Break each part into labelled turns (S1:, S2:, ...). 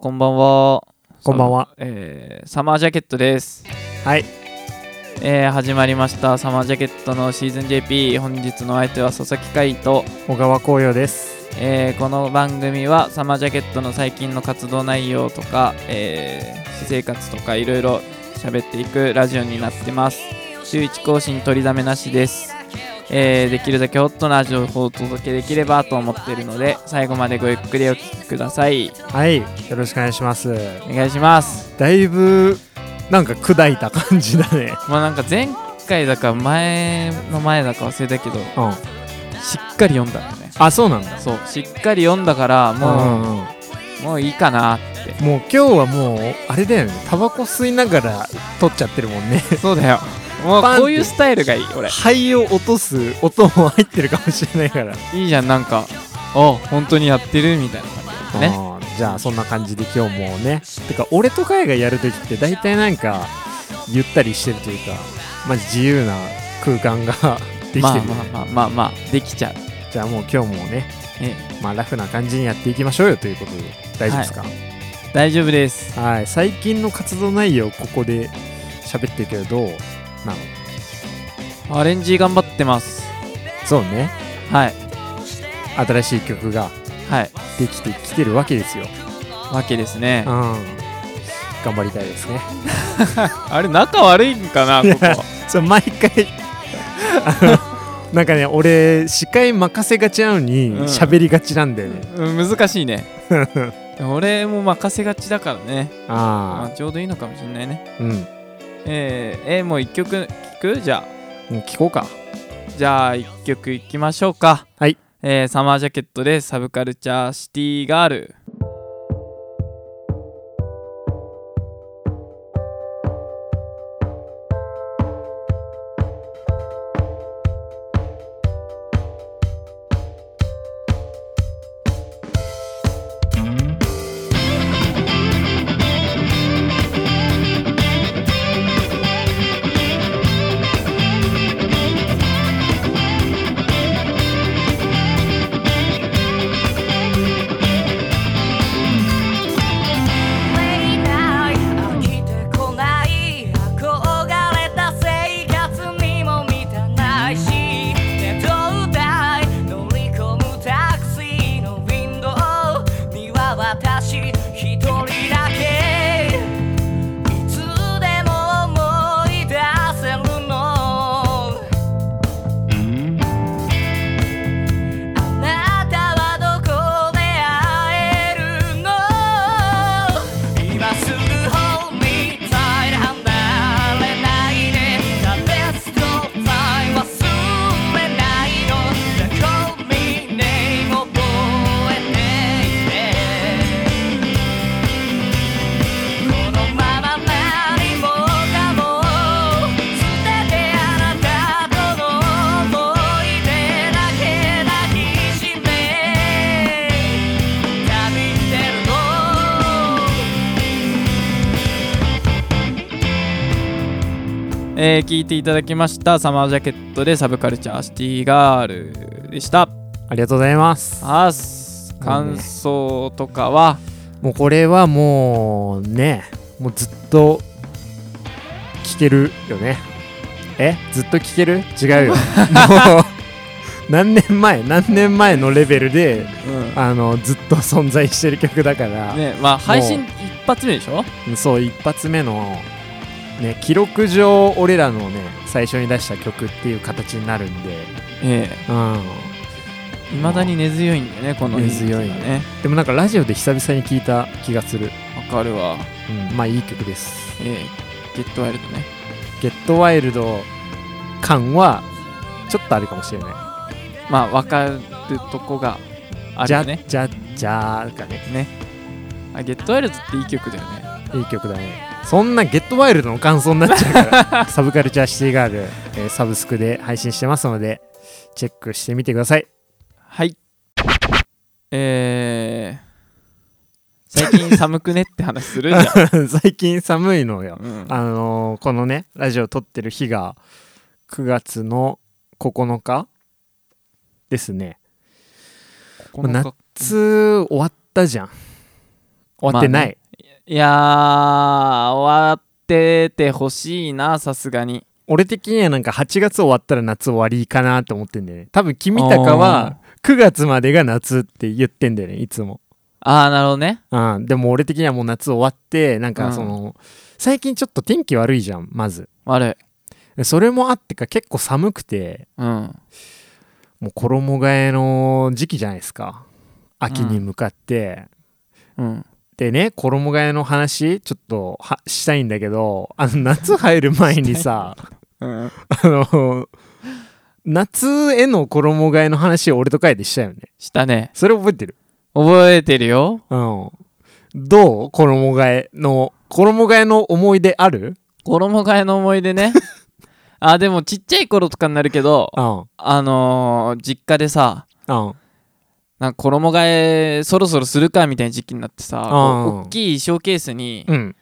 S1: こんばんは。
S2: こんばんは
S1: サマ。えーサマージャケットです。
S2: はい。
S1: えー始まりました。サマージャケットのシーズン JP。本日の相手は佐々木海と、
S2: 小川紅葉です。
S1: えーこの番組はサマージャケットの最近の活動内容とか、えー私生活とかいろいろ喋っていくラジオになってます。週1更新取りだめなしです。えーできるだけホットな情報をお届けできればと思っているので、最後までごゆっくりお聞きください。
S2: はい。よろしくお願いします。
S1: お願いします。
S2: だいぶ、なんか砕いた感じだね。
S1: まあなんか前回だか前の前だか忘れたけど
S2: うん。
S1: しっかり読んだんだよね
S2: あ、そうなんだ。
S1: そうしっかり読んだからもう、
S2: んうん。
S1: もういいかなって
S2: もう今日はもう、あれだよね。タバコ吸いながら撮っちゃってるもん ね。
S1: そうだよもう
S2: パンって
S1: こういうスタイルがいい俺
S2: 肺を落とす音も入ってるかもしれないから。
S1: いいじゃんなんかあ本当にやってるみたいな感じだね
S2: あーじゃあそんな感じで今日もねてか俺と海がやるときって大体なんかゆったりしてるというかまあ自由な空間ができ
S1: ま
S2: て
S1: あ
S2: る、
S1: まあまあまあまあできちゃう
S2: じゃあもう今日もね
S1: え
S2: まあラフな感じにやっていきましょうよということで大丈夫ですかはい
S1: 大丈夫です
S2: 最近の活動内容ここで喋ってるけどどうなの
S1: アレンジ頑張ってます
S2: そうね
S1: はい
S2: 新しい曲が
S1: はい
S2: できてきてるわけですよ
S1: わけですね
S2: うん頑張りたいですね
S1: あれ仲悪いんかなここ
S2: そう毎回あのなんかね俺司会任せがちなのに
S1: うん
S2: 喋、りがちなんだよね
S1: うん難しい ね俺も任せがちだからねまあ
S2: あ
S1: ちょうどいいのかもしれないね
S2: あうんも
S1: えー、えーもう1曲聞くじゃあ
S2: う聞こうか
S1: じゃあ1曲いきましょうか
S2: はい
S1: えーサマージャケットでサブカルチャーシティガール
S3: 飽きてこない憧れた生活にも満たないし寝とうたい乗り込むタクシーのウィンドウには私一人だけいつでも思い出せるの「あなたはどこで会えるの?」「今すぐホーミーサイ離れないで」「ザ・ベストタイム忘れないの」「The Call Me Name 覚えていて」このまま何もかも捨ててあなたとの思い出だけ抱きしめ旅に出るの
S1: えー、聞いていただきましたサマージャケットでサブカルチャーシティガールでした
S2: ありがとうございます
S1: あーす感想とかは、
S2: もうこれはもうねもうずっと聞けるよねえずっと聞ける違うよもう何年前何年前のレベルで
S1: う
S2: あのずっと存在してる曲だから、
S1: ん、ねまあ配信一発目でしょ
S2: そう一発目の、ね、記録上俺らのね最初に出した曲っていう形になるんで、
S1: え
S2: うん、
S1: えいまだに根強いんだよねこの
S2: 根強い
S1: 人気がね
S2: でもなんかラジオで久々に聞いた気がする、
S1: わかるわ
S2: うん、まあいい曲です
S1: ええゲットワイルドね
S2: 「ゲットワイルド感はちょっとあるかもしれない
S1: まあ分かるとこがある
S2: じゃ
S1: よね
S2: じゃじゃーかね
S1: ねあゲットワイルドっていい曲だよね
S2: いい曲だねそんなゲットワイルドの感想になっちゃうから サブカルチャーシティガール、えーサブスクで配信してますのでチェックしてみてください
S1: はいえー、最近寒くねって話するじゃん、
S2: 最近寒いのよ
S1: うん
S2: あのーこのねラジオ撮ってる日が9月の9日ですね
S1: この
S2: 夏終わったじゃん終わってない、
S1: いやー終わっててほしいなさすがに
S2: 俺的にはなんか8月終わったら夏終わりかなと思ってんだよね多分君たかは9月までが夏って言ってんだよねいつも、
S1: ああなるほどね
S2: うん、でも俺的にはもう夏終わってなんかその、最近ちょっと天気悪いじゃんまず
S1: 悪い
S2: でそれもあってか結構寒くて
S1: うん
S2: もう衣替えの時期じゃないですか秋に向かって、
S1: うん
S2: でね衣替えの話ちょっとはしたいんだけどあの夏入る前にさ
S1: うん
S2: あの夏への衣替えの話を俺と会でしたよね
S1: したね
S2: それ覚えてる
S1: 覚えてるよ
S2: うんどう衣替えの衣替えの思い出ある
S1: 衣替えの思い出 ねあでもちっちゃい頃とかになるけど
S2: うんうん
S1: あのー、実家でさなんか衣替えそろそろするかみたいな時期になってさ
S2: あー
S1: こう大きい衣装ケースに
S2: うん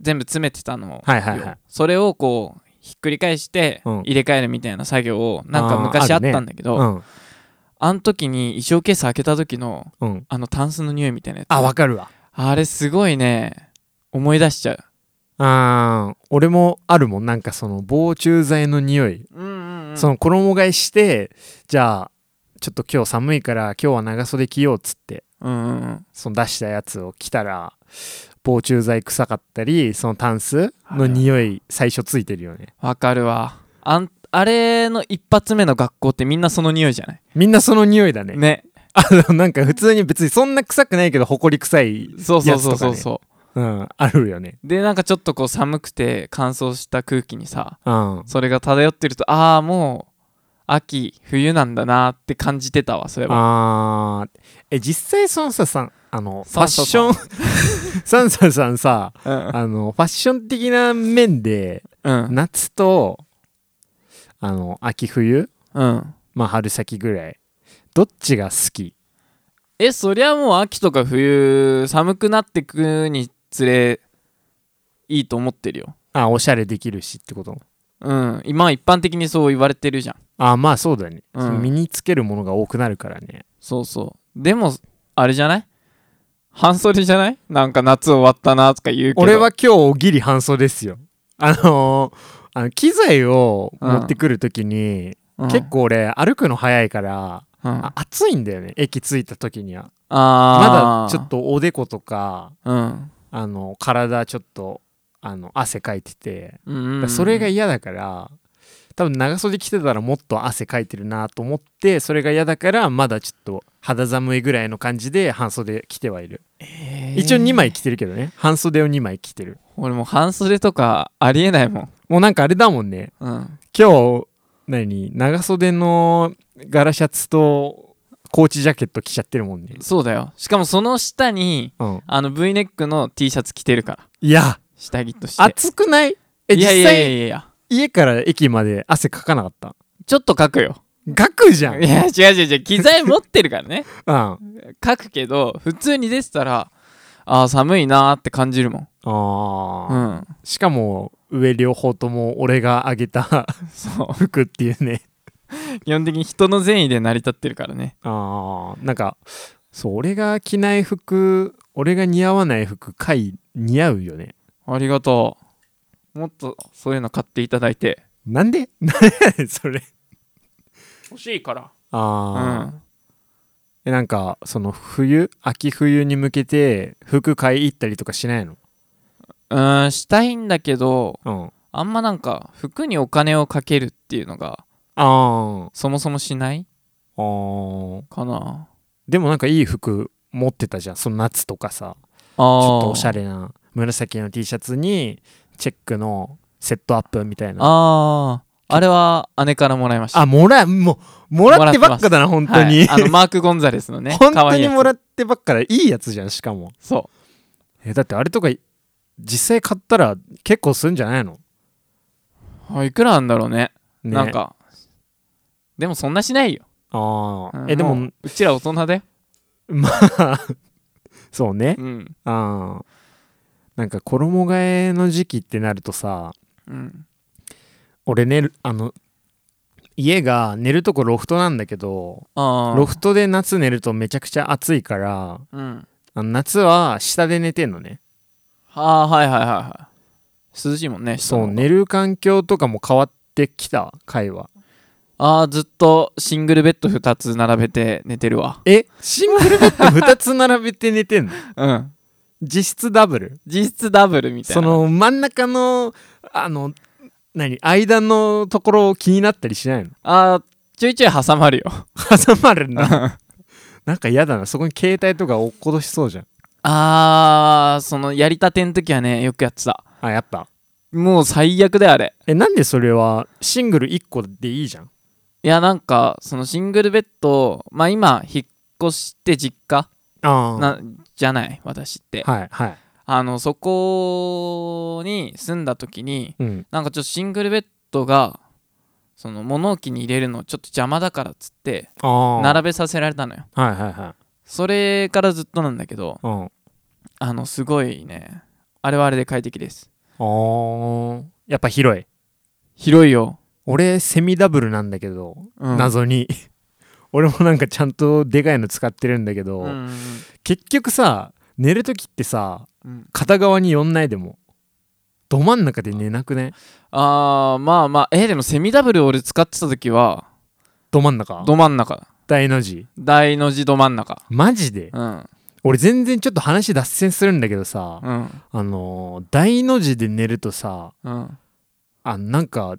S1: 全部詰めてたのを、
S2: はいはいはい
S1: それをこうひっくり返して
S2: うん
S1: 入れ替えるみたいな作業をなん
S2: あ
S1: か
S2: ー
S1: 昔あ
S2: あ
S1: っ
S2: るね
S1: たんだけどあ,、
S2: うん
S1: の時に衣装ケース開けた時の
S2: うん
S1: あのタンスの匂いみたいなやつ
S2: あわかるわ
S1: あれすごいね思い出しちゃう
S2: あー俺もあるもんなんかその防虫剤の匂い
S1: うんうん、
S2: その衣替えしてじゃあちょっと今日寒いから今日は長袖着ようっつって
S1: うんうんうん
S2: その出したやつを着たら防虫剤臭かったりそのタンスの匂い最初ついてるよね
S1: わかるわあんあれの一発目の学校ってみんなその匂いじゃない
S2: みんなその匂いだね
S1: ね
S2: あの なんか普通に別にそんな臭くないけど埃臭い、
S1: そうそうそうそうそう、
S2: うん、あるよね
S1: でなんかちょっとこう寒くて乾燥した空気にさ
S2: うん
S1: それが漂ってるとああもう秋冬なんだなって感じてたわそれは
S2: あーえ実際そのささんあのファ
S1: サ
S2: ッ
S1: ンサ
S2: シ
S1: さ
S2: ョンサン サさんさ
S1: うん
S2: あのファッション的な面で
S1: うん
S2: 夏とあの秋冬、
S1: うん
S2: まあ、春先ぐらいどっちが好き
S1: えそりゃもう秋とか冬寒くなってくにつれいいと思ってるよ
S2: あおしゃれできるしってこと
S1: うん今一般的にそう言われてるじゃん
S2: あまあそうだね、
S1: うん
S2: その身につけるものが多くなるからね
S1: そうそうでもあれじゃない半袖じゃないなんか夏終わったなとか言うけど
S2: 俺は今日おぎり半袖ですよ あのーあの機材を持ってくるときに、
S1: うん、
S2: 結構俺歩くの早いから、
S1: うん
S2: あ暑いんだよね駅着いた時にはま
S1: あ
S2: だ
S1: ー
S2: ちょっとおでことか
S1: うん
S2: あの体ちょっとあの汗かいてて
S1: うんうんうん
S2: それが嫌だから多分長袖着てたらもっと汗かいてるなと思ってそれが嫌だからまだちょっと肌寒いぐらいの感じで半袖着てはいる、
S1: えー
S2: 一応2枚着てるけどね半袖を2枚着てる
S1: 俺もう半袖とかありえないもん
S2: もうなんかあれだもんね
S1: うん
S2: 今日何長袖の柄シャツとコーチジャケット着ちゃってるもんね
S1: そうだよしかもその下に
S2: うん
S1: あの V ネックの T シャツ着てるから
S2: いや
S1: 下着として
S2: 暑くないえ
S1: い
S2: 実
S1: や
S2: 際
S1: いやいやいや
S2: 家から駅まで汗かかなかった
S1: ちょっと書くよ
S2: かくじゃん、う
S1: いや違う違う違う機材持ってるからね
S2: ん、
S1: 書くけど普通に出てたらあー寒いなーって感じるもん
S2: あ
S1: う
S2: ー
S1: ん
S2: しかも上両方とも俺があげた
S1: そう
S2: 服っていうね
S1: 基本的に人の善意で成り立ってるからね
S2: あーなんかそう俺が着ない服俺が似合わない服い似合うよね
S1: ありがとうもっとそういうの買っていただいて
S2: なんで それ
S1: 欲しいからう
S2: ああ、
S1: ん
S2: えなんかその冬秋冬に向けて服買い行ったりとかしないの
S1: うーんしたいんだけど
S2: うんあ
S1: あんまなんか服にお金をかけるっていうのが
S2: ー
S1: そもそもしない
S2: あー
S1: かな
S2: でもなんかいい服持ってたじゃんその夏とかさ
S1: あー
S2: ちょっとおしゃれな紫の T シャツにチェックのセットアップみたいな
S1: あああれは姉からもらいました
S2: あもらえもうもらってばっかだな本当
S1: は
S2: に、
S1: いあのマーク・ゴンザレスのね
S2: 本
S1: 可
S2: 当
S1: 愛い
S2: に
S1: やつ
S2: もらってばっかだいいやつじゃんしかも
S1: そ
S2: えだってあれとか実際買ったら結構するんじゃないの、
S1: うあいくらなんだろうね
S2: ね
S1: なんかでもそんなしないよ、
S2: ああ、
S1: うん
S2: えでも
S1: ううちら大人だよ
S2: まあそうね
S1: うん
S2: ああなんか衣替えの時期ってなるとさ
S1: うん
S2: 俺ねあの家が寝るとこロフトなんだけど
S1: ああ
S2: ロフトで夏寝るとめちゃくちゃ暑いから
S1: うん
S2: あの夏は下で寝てんのね
S1: ああーはいはいはいはい涼しいもんね
S2: そう寝る環境とかも変わってきた会話
S1: ああずっとシングルベッド2つ並べて寝てるわ
S2: えシングルベッド2つ並べて寝てんの
S1: うん
S2: 実質ダブル
S1: 実質ダブルみたいな
S2: その真ん中のあの何間のところ気になったりしないの
S1: あーちょいちょい挟まるよ
S2: 挟まるんだ
S1: あ
S2: なんか嫌だなそこに携帯とか落っことしそうじゃん
S1: あーそのやりたてん時はねよくやってた
S2: あやっぱ
S1: もう最悪だよあれ
S2: えなんでそれはシングル1個でいいじゃん
S1: いやなんかそのシングルベッドまあ今引っ越して実家
S2: あ
S1: なじゃない私って、
S2: はいはい
S1: あのそこに住んだ時に
S2: うん
S1: なんかちょっとシングルベッドがその物置に入れるのちょっと邪魔だからっつって
S2: ああ
S1: 並べさせられたのよ
S2: はいはいはい
S1: それからずっとなんだけど
S2: うん
S1: あのすごいねあれはあれで快適です
S2: ああやっぱ広い
S1: 広いよ
S2: 俺セミダブルなんだけど、
S1: うん
S2: 謎に 俺もなんかちゃんとでかいの使ってるんだけど、
S1: うんうん
S2: 結局さ寝る時ってさ
S1: うんうん
S2: 片側に寄んないでもど真ん中で寝なくね
S1: あーまあまあえーでもセミダブル俺使ってた時は
S2: ど真ん中
S1: ど真ん中
S2: 大の字
S1: 大の字ど真ん中
S2: マジで
S1: うん
S2: 俺全然ちょっと話脱線するんだけどさ、
S1: うん
S2: あのー大の字で寝るとさ
S1: うん
S2: あなんか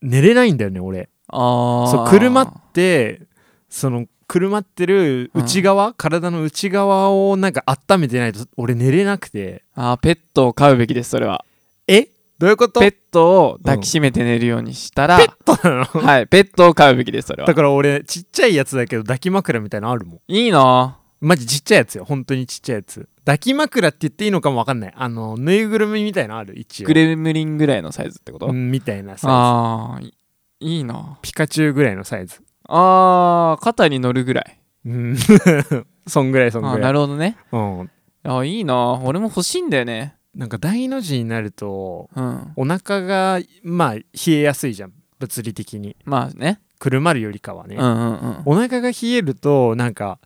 S2: 寝れないんだよね俺
S1: ああ
S2: そう車ってそのくるまってる内側、体の内側をなんか温めてないと俺寝れなくて
S1: あーペットを飼うべきですそれは
S2: えどういうこと
S1: ペットを抱きしめて寝るようにしたら、
S2: トなの
S1: はいペットを飼うべきですそれは
S2: だから俺ちっちゃいやつだけど抱き枕みたいなのあるもん
S1: いいな
S2: マジちっちゃいやつよ本当にちっちゃいやつ抱き枕って言っていいのかもわかんないあのぬいぐるみみたいなのある一応
S1: グレムリンぐらいのサイズってこと、
S2: うんみたいなサイ
S1: ああいいいな
S2: ズピカチュウぐらいのサイズ
S1: あー肩に乗るぐらい
S2: うん そんぐらいそん
S1: あー
S2: ぐら
S1: ないるほどね
S2: うん
S1: あーいいな俺も欲しいんだよね
S2: なんか大の字になると
S1: うん
S2: お腹がまあ冷えやすいじゃん物理的に
S1: まあね
S2: くるまるよりかはね、
S1: うんうんうん
S2: お腹が冷えるとなんか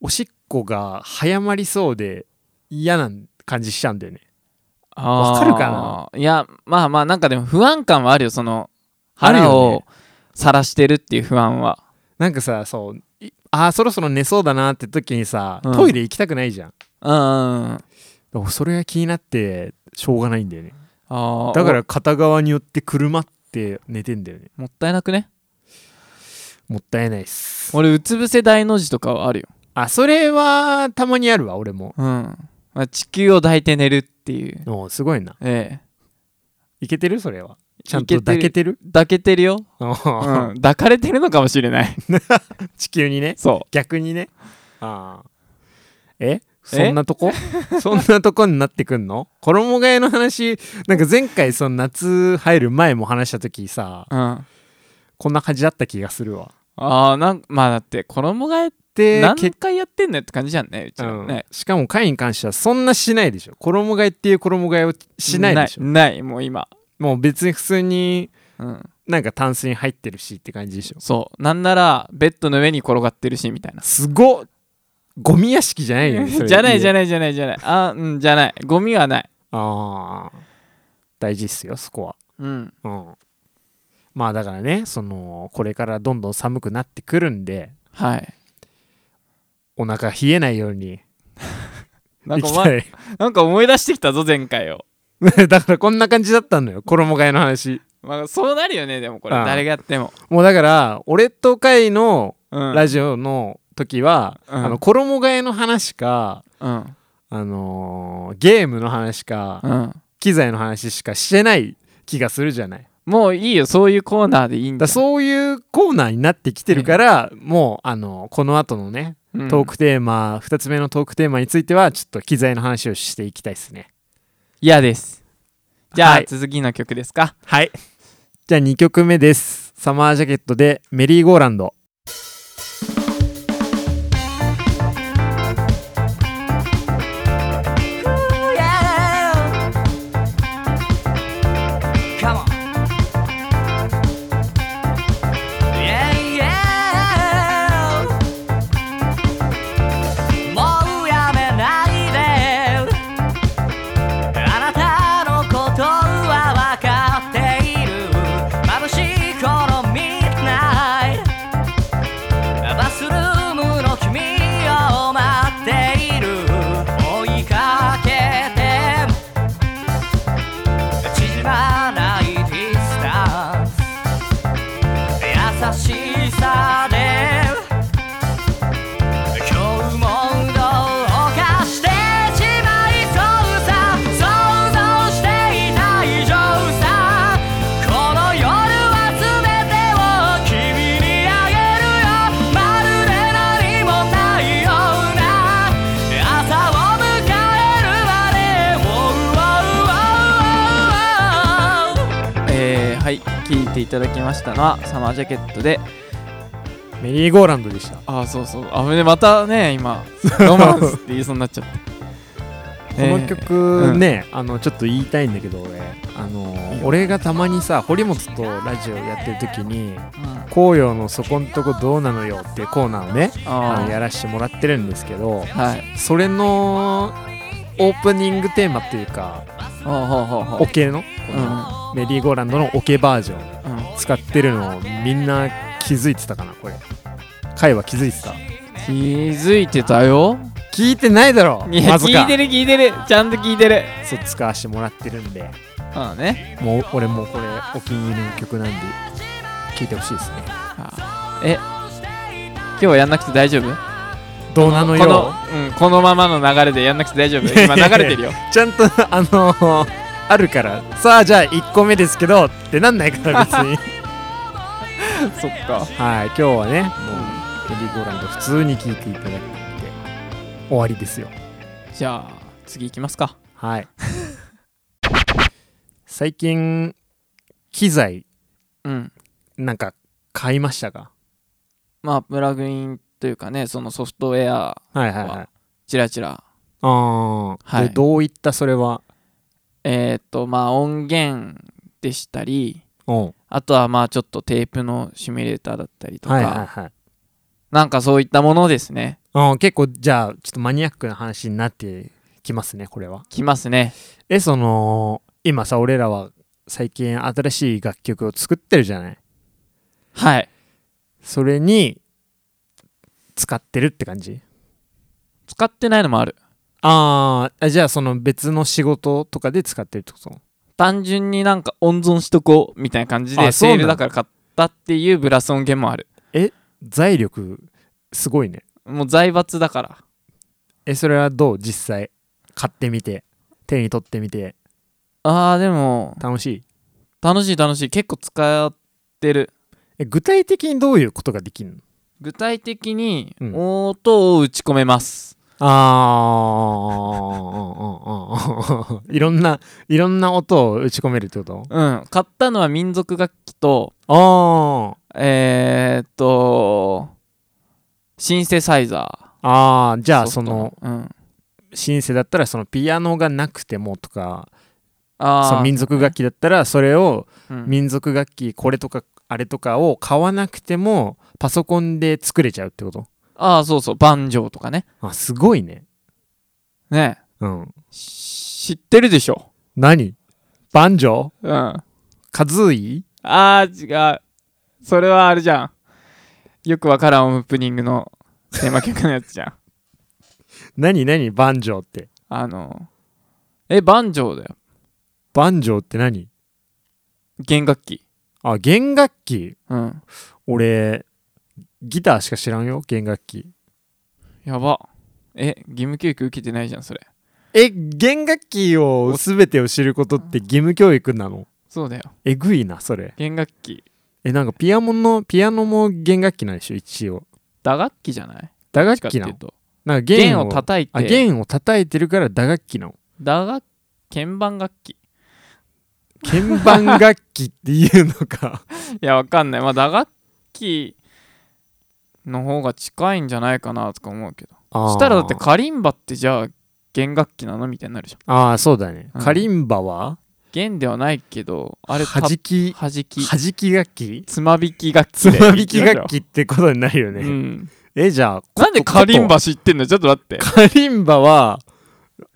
S2: おしっこが早まりそうで嫌な感じしちゃうんだよね
S1: わ
S2: わかるか
S1: ないやまあまあなんかでも不安感はあるよその
S2: あるよね
S1: 腹を晒してるっていう不安は、
S2: なんかさそういあーそろそろ寝そうだなって時にさ、
S1: うん
S2: トイレ行きたくないじゃん
S1: うんうんうん
S2: でもそれが気になってしょうがないんだよね
S1: あー
S2: だから片側によってくるまって寝てんだよね
S1: おもったいなくね
S2: もったいないっす
S1: 俺うつ伏せ大の字とかはあるよ
S2: あそれはたまにあるわ俺も
S1: うん、まあ、地球を抱いて寝るっていう
S2: おーすごいな
S1: ええ
S2: いけてるそれはちゃん
S1: い
S2: と
S1: けてる
S2: 抱けてる
S1: 抱けてるよ、
S2: お
S1: う
S2: ー
S1: ん、抱かれてるのかもしれない
S2: 地球にね
S1: そ
S2: 逆にねああえそんなとこ そんなとこになってくんの衣替えの話なんか前回その夏入る前も話した時さ
S1: う、うん、あ
S2: こんな感じだった気がするわ
S1: ーなんまあだって衣替えって
S2: で
S1: 何
S2: 結
S1: 回やってんのよって感じじゃんねうち
S2: う
S1: らは
S2: ん
S1: ね、
S2: しかも会に関してはそんなしないでしょ衣替えっていう衣替えをしないでしょ
S1: ないないもう今
S2: もう別に普通に
S1: うん
S2: なんかタンスに入ってるしって感じでしょ
S1: そうなんならベッドの上に転がってるしみたいな
S2: すごっゴミ屋敷じ ゃないよねそれ
S1: じゃないじゃ
S2: い
S1: ないじゃないじゃないあうんじゃないゴミはない
S2: ああ大事っすよそこは
S1: うん
S2: うん、まあだからねそのこれからどんどん寒くなってくるんで
S1: はい
S2: お腹冷えないように
S1: な
S2: 行
S1: んか
S2: き
S1: お前
S2: たい
S1: なんか思い出してきたぞ前回を、
S2: だからこんな感じだったのよ衣替えの話
S1: まあ、そうなるよねでもこれ
S2: ああ
S1: 誰がやっても、
S2: もうだから俺と会の
S1: うん、
S2: ラジオの時は、
S1: うん
S2: あの衣替えの話か
S1: うん
S2: あのーゲームの話か、
S1: うん
S2: 機材の話しかしてない気がするじゃないだか
S1: もういいよそういうコーナーでいいんだ
S2: らそういうコーナーになってきてるから、もうあのこの後のね
S1: うん
S2: トークテーマ、2つ目のトークテーマについてはちょっと機材の話をしていきたいですね
S1: 嫌ですじゃあ、
S2: はい
S1: 続きの曲ですか
S2: はいじゃあ2曲目ですサマージャケットでメリーゴーランド
S3: もうやめ
S1: 聴いていただきましたのはサマージャケットで
S2: メリーゴーランドでした
S1: ああそうそうあぶねまたね今ロマンスって言いそうになっちゃった
S2: この曲
S1: うん
S2: ね、あのちょっと言いたいんだけど俺あの俺がたまにさ堀本とラジオやってる時に
S1: えーうん
S2: 「紅葉のそこんとこどうなのよ」っていうコーナーをねあ
S1: あ
S2: のやらしてもらってるんですけど
S1: あはい
S2: それのオープニングテーマっていうか
S1: ほうほうほうほ
S2: オケの
S1: ううん
S2: メリーゴーランドのオケバージョン
S1: うん
S2: 使ってるのをみんな気づいてたかなこれ会は気づいてた
S1: 気づいてたよ
S2: 聞いてないだろ
S1: いや
S2: まず
S1: 聞い
S2: か
S1: てる聞いてるちゃんと聞いてる
S2: そう使わせてもらってるんで
S1: うんね
S2: もう俺もうこれお気に入りの曲なんで聴いてほしいですね
S1: あーえ今日はやんなくて大丈夫
S2: どうなの
S1: こ
S2: よ
S1: の、うん、このままの流れでやんなくて大丈夫今流れてるよ
S2: ちゃんとあのー、あるからさあじゃあ1個目ですけどってなんないから別に
S1: そっか
S2: はい今日はねもうエリー・ゴーランド普通に聴いていただいて終わりですよ
S1: じゃあ次行きますか
S2: はい 最近機材
S1: うん
S2: なんか買いましたか
S1: まあプラグインというかねそのソフトウェア
S2: はいはいはい
S1: はチラチラ
S2: あー、
S1: はい
S2: でどういったそれは
S1: えー、っとまあ音源でしたり
S2: うん
S1: あとはまあちょっとテープのシミュレーターだったりとか、
S2: はいはいはい
S1: なんかそういったものですね
S2: うん、結構じゃあちょっとマニアックな話になってきますねこれは
S1: きますね
S2: えその今さ俺らは最近新しい楽曲を作ってるじゃない
S1: はい
S2: それに使ってるって感じ
S1: 使ってないのもある
S2: あーあじゃあその別の仕事とかで使ってるってこと
S1: 単純になんか温存しとこうみたいな感じで
S2: あそう
S1: セ
S2: な
S1: ー
S2: んだ
S1: ルだから買ったっていうブラス音源もある
S2: 財力すごいね
S1: もう財閥だから
S2: えそれはどう実際買ってみて手に取ってみて
S1: あーでも
S2: 楽しい
S1: 楽しい楽しい結構使ってる
S2: え具体的にどういうことができるの
S1: 具体的に
S2: うん
S1: 音を打ち込めます、
S2: あ あ、いろんな、いろんな音を打ち込めるってこと
S1: うん買ったのは民族楽器と
S2: あ
S1: えー、っとシンセサイザ
S2: あ、ああ、じ
S1: ー
S2: ゃあ
S1: ソ
S2: そ
S1: フト
S2: の、
S1: うん
S2: シンセだったらそのピアノがなくてもとか、そ
S1: あ
S2: の
S1: あ
S2: 民族楽器だったらそれを、
S1: うん、
S2: 民族楽器これとかあれとかを買わなくてもパソコンで作れちゃうってこと
S1: あーそうそうバンジョーとかね
S2: あ、すごいね。
S1: ね
S2: うん。
S1: し知ってるでしょ
S2: 何バンジョー
S1: うん
S2: カズーイ
S1: あー違うそれはあれじゃんよくわからんオープニングのテーマ曲のやつじゃ ん
S2: 何何バンジョーって。
S1: あのえバンジョーだよ
S2: バンジョーって何
S1: 弦楽器
S2: あ、弦楽器
S1: うん
S2: 俺ギターしか知らんよ弦楽器
S1: やばえ義務教育受けてないじゃんそれ
S2: え弦楽器を全てを知ることって義務教育なの
S1: そうだよ
S2: えぐいなそれ
S1: 弦楽器
S2: えなんかピアノのピアノも弦楽器なんでしょ一応
S1: 打楽器じゃない
S2: 打
S1: どっち
S2: 楽
S1: かってい
S2: 器なの
S1: うと
S2: なんか
S1: 弦
S2: 弦を
S1: を叩い
S2: あ
S1: て
S2: 弦を叩いてるから打楽器なの
S1: 打楽鍵盤楽器
S2: 鍵盤楽器っていうのか
S1: いやわかんないまあ打楽器の方が近いんじゃないかなとか思うけど
S2: あ
S1: そ
S2: ー
S1: したらだってカリンバってじゃあ弦楽器なのみたいになるじゃん
S2: あーそうだね、
S1: うん
S2: カリンバは
S1: 弦ではないけどあれた
S2: 弾き
S1: 弾き
S2: 弾き楽器
S1: つまびき楽器
S2: つ
S1: で
S2: まびき楽器ってことになるよね、
S1: うん
S2: えじゃあ
S1: なんでカリンバ知ってんのちょっと待って
S2: カリンバは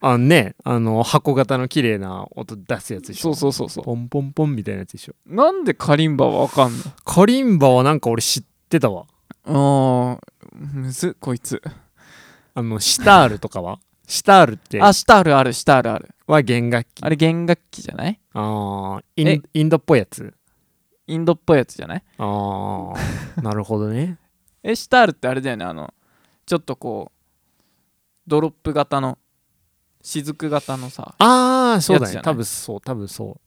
S2: あのねあの箱型の綺麗な音出すやつでし
S1: そ
S2: ょ
S1: うそうそうそ
S2: ポンポンポンみたいなやつでしょ
S1: うなんでカリンバはわかん
S2: カリンバはなんか俺知ってたわ
S1: のあーむずっこいつ
S2: あのシタールとか はシタールって
S1: あシタールあるシタールある
S2: は弦楽器
S1: あれ弦楽器じゃない
S2: あーイン
S1: え
S2: インドっぽいやつ
S1: インドっぽいやつじゃない
S2: あーなるほ どね
S1: えシタールってあれだよねあのちょっとこうドロップ型の雫型のさ
S2: ああそう
S1: や
S2: だ
S1: つじゃな
S2: ね
S1: い
S2: 多分そう多分そう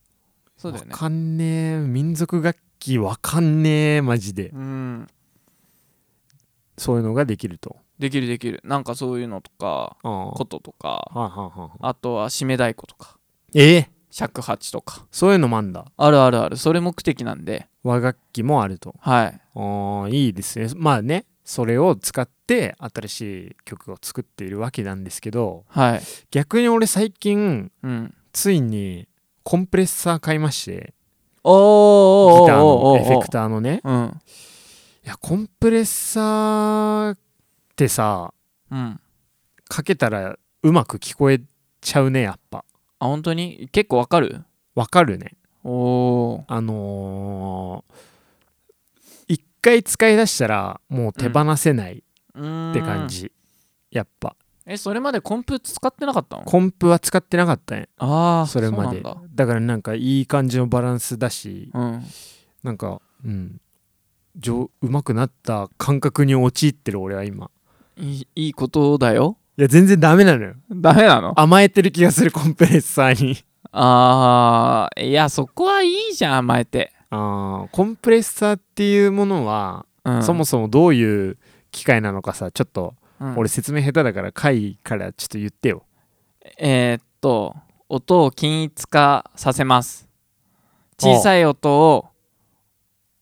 S1: そうだよね
S2: わかんねえ民族楽器わかんねえマジで
S1: うん
S2: そういうのができると
S1: できるできるなんかそういうのとか
S2: あー
S1: 琴とか
S2: はあはあはあ
S1: あとは締め太鼓とか
S2: えー
S1: 尺八とか
S2: そういうのもあんだ
S1: あるあるあるそれ目的なんで
S2: 和楽器もあると
S1: はい
S2: あーいいですねまあねそれを使って新しい曲を作っているわけなんですけど
S1: はい
S2: 逆に俺最近
S1: うん
S2: ついにコンプレッサー買いまして
S1: おー
S2: ギ
S1: お
S2: ター
S1: ーおー
S2: の
S1: おーおー
S2: エフェクターのね
S1: うん
S2: いやコンプレッサーってさ
S1: うん
S2: かけたらうまく聞こえちゃうねやっぱ
S1: あ本当に結構わかる
S2: わかるね
S1: おお
S2: あのー一回使い出したらもう手放せない
S1: っ
S2: って感じ、やっぱ
S1: えそれまでコンプ使ってなかったの
S2: コンプは使ってなかったね
S1: ああ
S2: それまで
S1: うなんだ
S2: だからなんかいい感じのバランスだし
S1: うん
S2: なんかうん上うまくなった感覚に陥ってる俺は今
S1: いいいいことだよ
S2: いや全然ダメなのよ
S1: ダメなの
S2: 甘えてる気がするコンプレッサーに
S1: あーいやそこはいいじゃん甘えて、
S2: あーコンプレッサーっていうものは、
S1: うん、
S2: そもそもどういう機械なのかさちょっと
S1: うん
S2: 俺説明下手だから回からちょっと言ってよ
S1: えーっと音を均一化させます
S2: お
S1: 小さい音を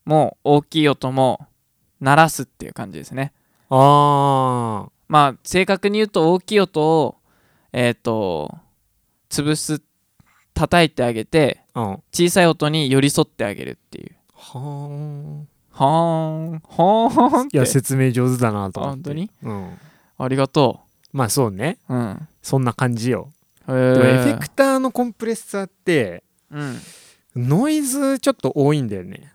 S1: もう大きい音も鳴らすっていう感じですね
S2: あ
S1: まあ正確に言うと大きい音をえーっと潰す叩いてあげて
S2: あうんは
S1: 小さい音に寄り添ってあげるっていう
S2: ー
S1: はーんはーんっ
S2: い
S1: て
S2: や説明上手だなと思って
S1: あ本当に、
S2: うん、
S1: ありがと
S2: まあそうね
S1: ううん
S2: そんな感じよ、
S1: へ
S2: でもエ
S1: ー
S2: フェクターのコンプレッサーって
S1: うん
S2: ノイズちょっと多いんだよね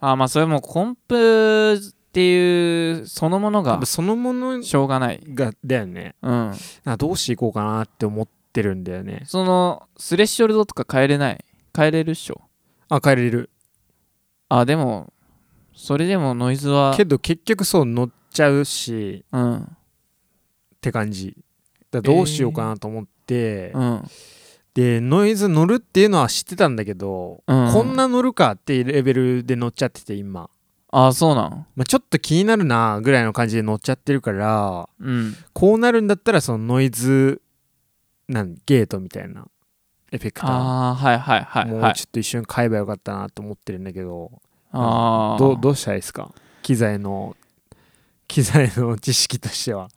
S1: あまあそれもコンプっていうそのもの
S2: 多
S1: が
S2: 分そのもの
S1: しょうがない
S2: がだよね
S1: うん
S2: あどうしていこうかなって思ってるんだよね
S1: そのスレッショルドとか変えれない変えれるっしょ
S2: あ変えれる
S1: あでもそれでもノイズは
S2: けど結局そう乗っちゃうし
S1: うん
S2: って感じだからどうしようかなと思って、
S1: うん
S2: でノイズ乗るっていうのは知ってたんだけど、
S1: うん
S2: こんな乗るかっていうレベルで乗っちゃってて今、
S1: あそうなん
S2: まあ、ちょっと気になるなぐらいの感じで乗っちゃってるから
S1: うん
S2: こうなるんだったらそのノイズなんゲートみたいなエフェクター
S1: あーはいはいはい
S2: も
S1: は
S2: う
S1: い
S2: ちょっと一瞬買えばよかったなと思ってるんだけど、
S1: ああ
S2: どうどうしたらいいですか機材の機材の知識としては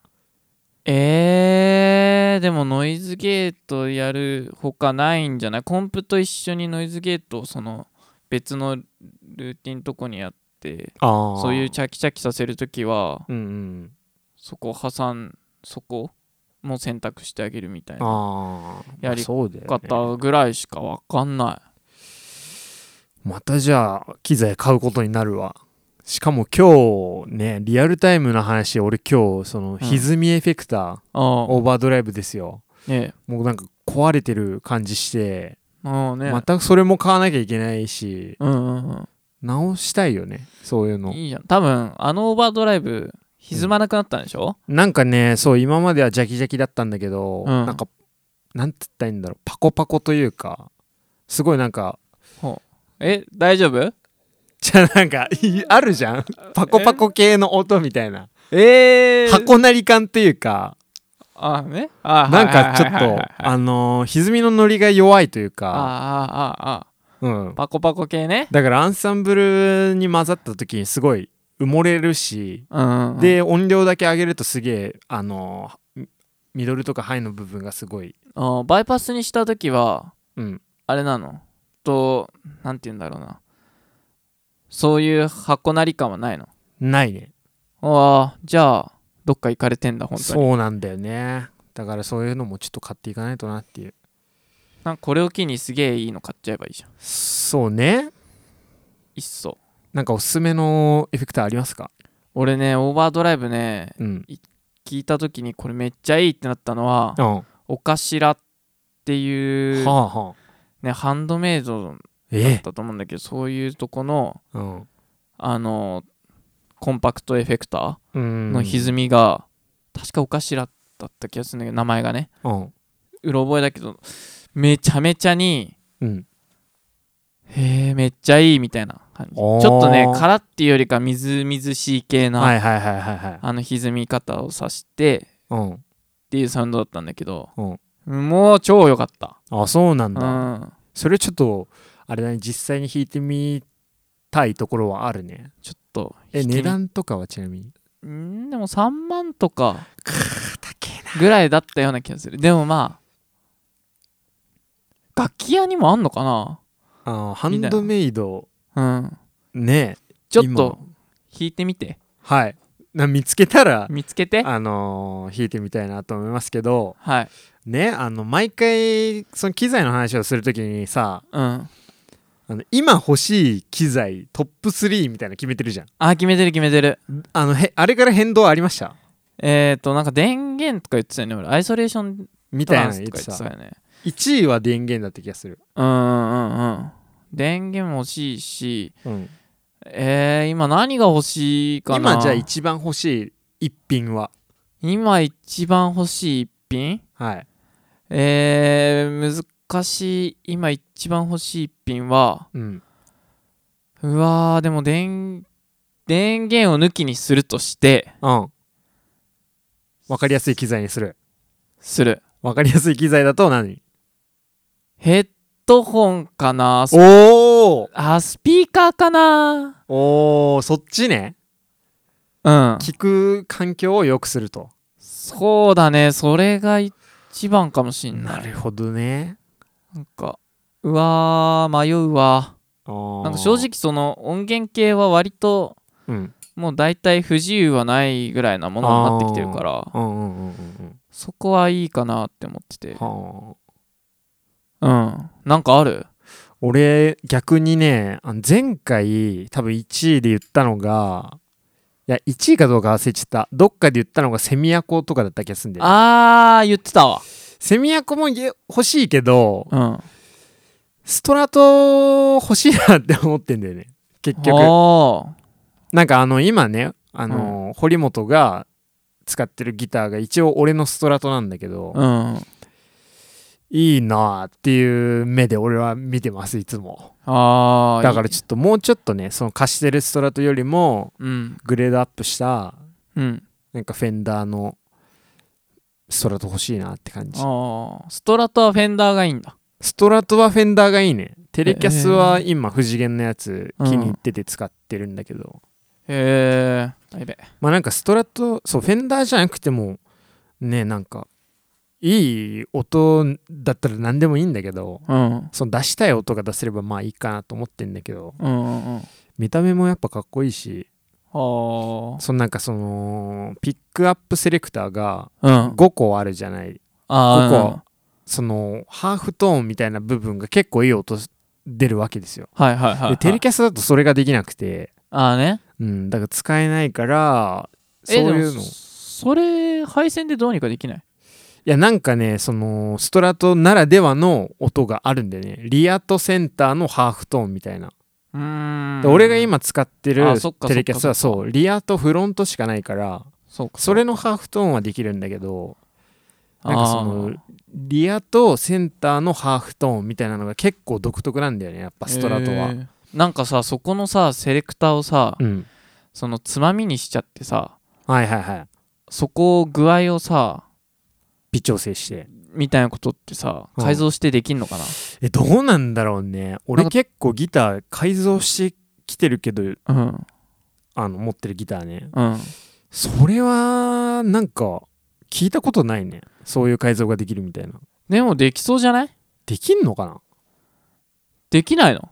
S1: えー、でもノイズゲートやるほかないんじゃないコンプと一緒にノイズゲートをその別のルーティンとこにやって
S2: あ
S1: そういうチャキチャキさせるときは
S2: うんうん
S1: そこ挟んそこも選択してあげるみたいな
S2: ああ
S1: やり
S2: そうだよ、ね、
S1: 方ぐらいしかわかんない
S2: またじゃあ機材買うことになるわしかも今日ねリアルタイムの話俺今日その歪みエフェクター、
S1: ああ
S2: オーバードライブですよ
S1: ねえ
S2: もうなんか壊れてる感じして、
S1: ああね
S2: またそれも買わなきゃいけないし
S1: うんうん
S2: 直したいよねそういう
S1: うん
S2: の
S1: いいじゃん多分あのオーバードライブ歪まなくなったんでしょ、
S2: なんかねそう今まではジャキジャキだったんだけ
S1: うん
S2: ど、なんかなんて言ったらいいんだろうパコパコというかすごいなんか
S1: え大丈夫
S2: じゃあなんかいあるじゃんパコパコ系の音みたいな
S1: ええ
S2: 箱なり感というか
S1: ああねああ
S2: なんかちょ
S1: はいはいはいはい
S2: っ
S1: はい
S2: とあのー歪みのノリが弱いという
S1: あ
S2: か、
S1: ああああ
S2: うん、
S1: パコパコ系ね
S2: だからアンサンブルに混ざった時にすごい埋もれるし、
S1: うんうん
S2: で音量だけ上げるとすげえあのーミミドルとかハイの部分がすごい、
S1: ああバイパスにした時は
S2: うん、
S1: あれなのとなんて言うんだろうなそういう箱なり感はないの
S2: ないね
S1: ああじゃあどっか行かれてんだ本当に
S2: そうなんだよねだからそういうのもちょっと買っていかないとなっていう
S1: なんかこれを機にすげえいいの買っちゃえばいいじゃん
S2: そうね
S1: いっそ
S2: なんかおすすめのエフェクターありますか
S1: 俺ねオーバードライブね
S2: うん
S1: 聞いた時にこれめっちゃいいってなったのは
S2: うんは
S1: 「おかしら」って
S2: あ
S1: いう、
S2: はあ
S1: ね、ハンドメイドだっ
S2: え
S1: たと思うんだけどそういうとこの
S2: えうん
S1: あのコンパクトエフェクター
S2: の
S1: の歪みが、確か「おかしら」だった気がするんだけど名前がね
S2: うん
S1: うろ覚えだけどめちゃめちゃに
S2: うん
S1: へえめっちゃいいみたいな感じちょ
S2: お
S1: っ
S2: ー
S1: とね空っていうよりかみずみずしい系な、
S2: はいはいはいはいはい
S1: あの歪み方を指して
S2: うん
S1: っていうサウンドだったんだけど、
S2: うん
S1: もう超良かった
S2: あそうなん
S1: う
S2: だ、
S1: ん
S2: それちょっとあれだね実際に弾いてみたいところはあるね
S1: ちょっと
S2: え
S1: 引きみ
S2: 値段とかはちなみに
S1: うんでも3万とかぐらいだったような気がするでもまあ楽器屋にもあんのか
S2: あハンドメイド
S1: なうん
S2: ね
S1: ちょっ
S2: 今
S1: と弾いてみて
S2: はいな見つけたら
S1: 見つけて
S2: あのー弾いてみたいなと思いますけど
S1: はい
S2: ねあの毎回その機材の話をするときにさ
S1: うん
S2: あの今欲しい機材トップ3みたいなの決めてるじゃん
S1: あ決めてる決めてる
S2: あのへあれから変動ありました
S1: えっ、ー、となんか電源とか言ってたよね俺アイソレーション
S2: み
S1: ト
S2: たい
S1: ラ
S2: な
S1: ン
S2: の
S1: ス
S2: 言っ
S1: とか
S2: て
S1: 言って
S2: た
S1: たよね
S2: 1位は電源だった気がする
S1: うんうんうんうん電源も欲しいし
S2: うん
S1: えー、今何が欲しいかな
S2: 今じゃあ一番欲しい一品は
S1: 今一番欲しい一品
S2: はい
S1: えー、難しい今一番欲しい一品は
S2: うん
S1: うわーでも電電源を抜きにするとして
S2: うんわかりやすい機材にする
S1: する
S2: わかりやすい機材だと何
S1: ヘッドホンかなス
S2: お
S1: あスピーカーかな
S2: おおそっちね
S1: うん
S2: 聞く環境を良くすると
S1: そうだねそれが一番かもしんない
S2: ほどね
S1: なんかうわー迷うわ
S2: な
S1: なんか正直その音源系は割と
S2: うん
S1: もう大体不自由はないぐらいなものになってきてるから
S2: うんうんうんうん
S1: そこはいいかなって思ってて
S2: うんは
S1: う
S2: あ
S1: んなんかある
S2: 俺逆にねあの前回多分1位で言ったのがいや1位かどうか忘れちゃったどっかで言ったのがセミアコとかだった気がするんだよね
S1: あー言ってたわ
S2: セミアコもいえ欲しいけど
S1: うんあ
S2: ストラト欲しいなって思ってんだよね結局
S1: ー
S2: なんかあの今ねあの、堀本が使ってるギターが一応俺のストラトなんだけど、
S1: うん
S2: いいなっていう目で俺は見てますいつも
S1: あー
S2: だから
S1: いい
S2: ちょっともうちょっとねその貸してるストラトよりも
S1: うん
S2: グレードアップした
S1: うん
S2: なんかフェンダーのストラト欲しいなって感じ
S1: ああストラトはフェンダーがいいんだ
S2: ストラトはフェンダーがいいねテレキャスは今不次元のやつ
S1: うん
S2: 気に入ってて使ってるんだけど、
S1: へえやべ
S2: まあなんかストラトそうフェンダーじゃなくてもねなんかいい音だったら何でもいいんだけど
S1: うん
S2: その出したい音が出せればまあいいかなと思ってんだけど
S1: うんうんうん
S2: 見た目もやっぱかっこいいし
S1: あー
S2: そのなんかそのピックアップセレクターが
S1: うん
S2: 5個あるじゃない
S1: あー
S2: こそのハーフトーンみたいな部分が結構いい音出るわけですよ。
S1: うんはいはいはい、は
S2: で
S1: い、
S2: テレキャスだとそれができなくて、
S1: ああね
S2: うん、だから使えないからそう
S1: え
S2: いう
S1: で
S2: の
S1: も
S2: い
S1: それ配線でどうにかできない
S2: やなんかねそのストラトならではの音があるんでねリアとセンターのハーフトーンみたいな、
S1: うーん
S2: で俺が今使ってる
S1: あそっか
S2: テレキャスは
S1: そっ
S2: そうリアとフロントしかないから
S1: そうか
S2: それのハーフトーンはできるんだけど
S1: あー
S2: なんかそのリアとセンターのハーフトーンみたいなのが結構独特なんだよねやっぱストラト
S1: へ。
S2: は
S1: ーなんかさそこのさセレクターをさ、
S2: うん、
S1: そのつまみにしちゃってさ
S2: はいはいはい
S1: そこを具合をさ
S2: 微調整して
S1: みたいなことってさ
S2: うん
S1: 改造してできんのか
S2: えどうなんだろうね
S1: な
S2: 俺
S1: んか
S2: 結構ギター改造してきてるけど
S1: なうん
S2: あの持ってるギターね
S1: うん
S2: それはなんか聞いたことないねそういう改造ができるみたいな
S1: でもできそうじゃない
S2: できんのかな
S1: できないの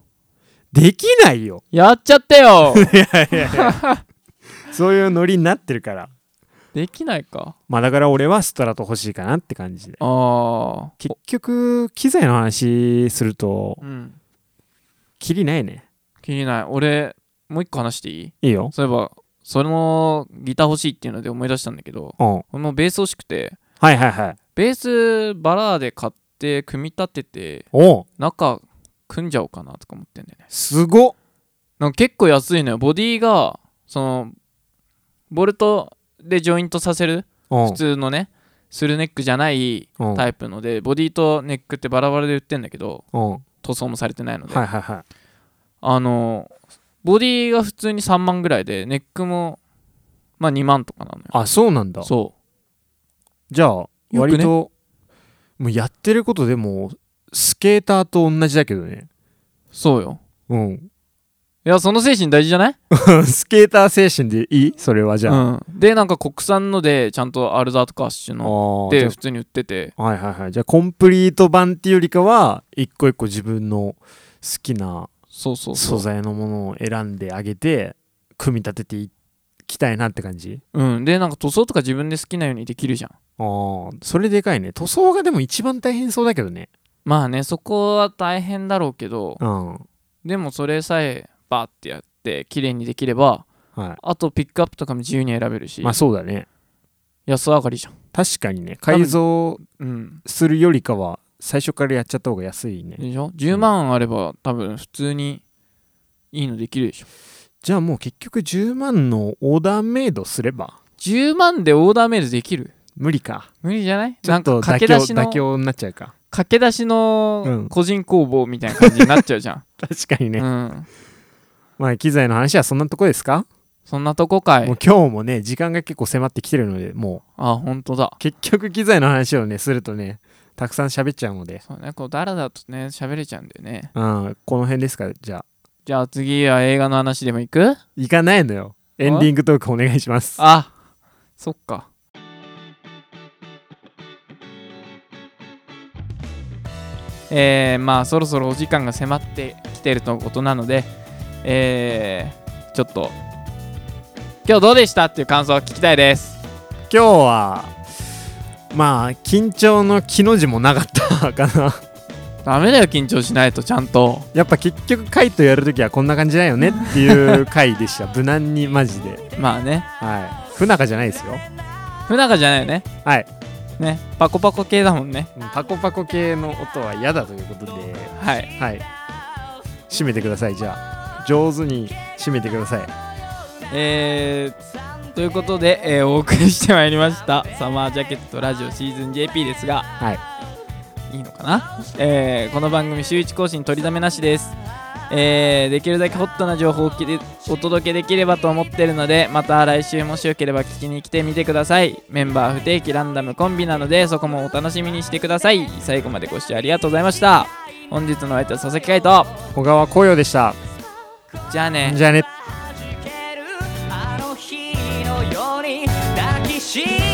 S2: できないよ
S1: やっちゃったよ
S2: いやいやいやそういうノリになってるから
S1: できないか
S2: まあだから俺はストラト欲しいかなって感じで
S1: ああ
S2: 結局機材の話すると
S1: うん
S2: キリないね
S1: 気にない俺もう一個話していい
S2: いいよ
S1: そういえばそのギター欲しいっていうので思い出したんだけど
S2: うんはい
S1: 俺もベース欲しくて
S2: はいはい
S1: ベースバラーで買って組み立てて
S2: おう
S1: 中組んじゃおうかなとか思ってんだよね
S2: すごっ
S1: なんか結構安いのよボディがそのボルトでジョイントさせる
S2: うん
S1: 普通のねスルネックじゃない
S2: うん
S1: タイプのでボディとネックってバラバラで売ってんだけど
S2: うん
S1: 塗装もされてないので、
S2: はいはいはい
S1: あのボディが普通に3万ぐらいでネックもまあ2万とかなのよ
S2: あそうなんだ
S1: そ
S2: じゃあ
S1: ね
S2: 割ともうやってることでもスケーターと同じだけどね。
S1: そうよ
S2: うん。
S1: いやその精神大事じゃない
S2: スケーター精神でいいそれはじゃあ。
S1: うん、でなんか国産のでちゃんとアルザートカッシュ
S2: あ
S1: の
S2: ーじゃ
S1: で
S2: あ
S1: 普通に売ってて
S2: はいはいはい。じゃあコンプリート版っていうよりかは、一個一個自分の好きな
S1: そうそうそ
S2: 素
S1: う
S2: 材のものを選んであげて、組み立てていきたいなって感じ
S1: うん、でなんか塗装とか自分で好きなようにできるじゃん
S2: ああ、それでかいね。塗装がでも一番大変そうだけどね。
S1: まあねそこは大変だろうけど
S2: うん。
S1: でもそれさえバーってやって綺麗にできれば
S2: は
S1: あとピックアップとかも自由に選べるし、
S2: い。まあそうだね。
S1: 安上がりじゃん
S2: 確かにね、改造
S1: うん
S2: するよりかは、最初からやっちゃった方が安いね。
S1: でしょ10万あれば多分普通にいいのできるでしょ
S2: じゃあもう結局10万のオーダーメイドすれば
S1: 10万でオーダーメイドできる
S2: 無理か。
S1: 無理じゃない
S2: ちょっ
S1: な
S2: と
S1: んか
S2: 妥
S1: 駆
S2: 協
S1: け出しの
S2: 妥協になっちゃうか。
S1: 駆け出し
S2: う
S1: の
S2: ん
S1: 個人工房みたいな感じになっちゃうじゃ ん、
S2: 確かにね。
S1: うん、
S2: まあ機材の話はそんなとこですか、
S1: そんなとこか
S2: も
S1: いう
S2: 今日もね、時間が結構迫ってきてるので、もう
S1: あ本当だ
S2: 結局機材の話をね、するとね、たくさん喋っちゃうので。
S1: そうねこうだらだらとね喋れちゃうんだよね
S2: うん、この辺ですか、じゃあ。
S1: じゃあ次は映画の話でも行く
S2: 行かないのよ。エンディングトークお願いします。
S1: あそっかえー、まあそろそろお時間が迫ってきてるとのことなのでえー、ちょっと今日どうでしたっていう感想を聞きたいです
S2: 今日は、まあ、緊張の木の字もなかったかな。
S1: ダメだよ緊張しないとちゃんと
S2: やっぱ結局、回とやるときはこんな感じだよねっていう回でした。無難に、マジで。
S1: まあね
S2: はい。不仲じゃないですよ。
S1: 不仲じゃないよね
S2: はい。
S1: ねパコパコ系だもんね
S2: パコパコ系の音は嫌だということで、
S1: はい
S2: はい。締めてください、じゃあ。上手に締めてください。
S1: えー、ということで、えーお送りしてまいりました「サマージャケットラジオシーズン JP」ですが
S2: はい。
S1: いいのかな、えーこの番組週一更新取りだめなしです、えーできるだけホットな情報をきれお届けできればと思ってるのでまた来週もしよければ聞きに来てみてくださいメンバー不定期ランダムコンビなのでそこもお楽しみにしてください最後までご視聴ありがとうございました本日のお相手は佐々木海斗
S2: 小川紅葉でした。
S1: じゃあね
S2: じゃあね。
S3: 「あの日のように抱きしめ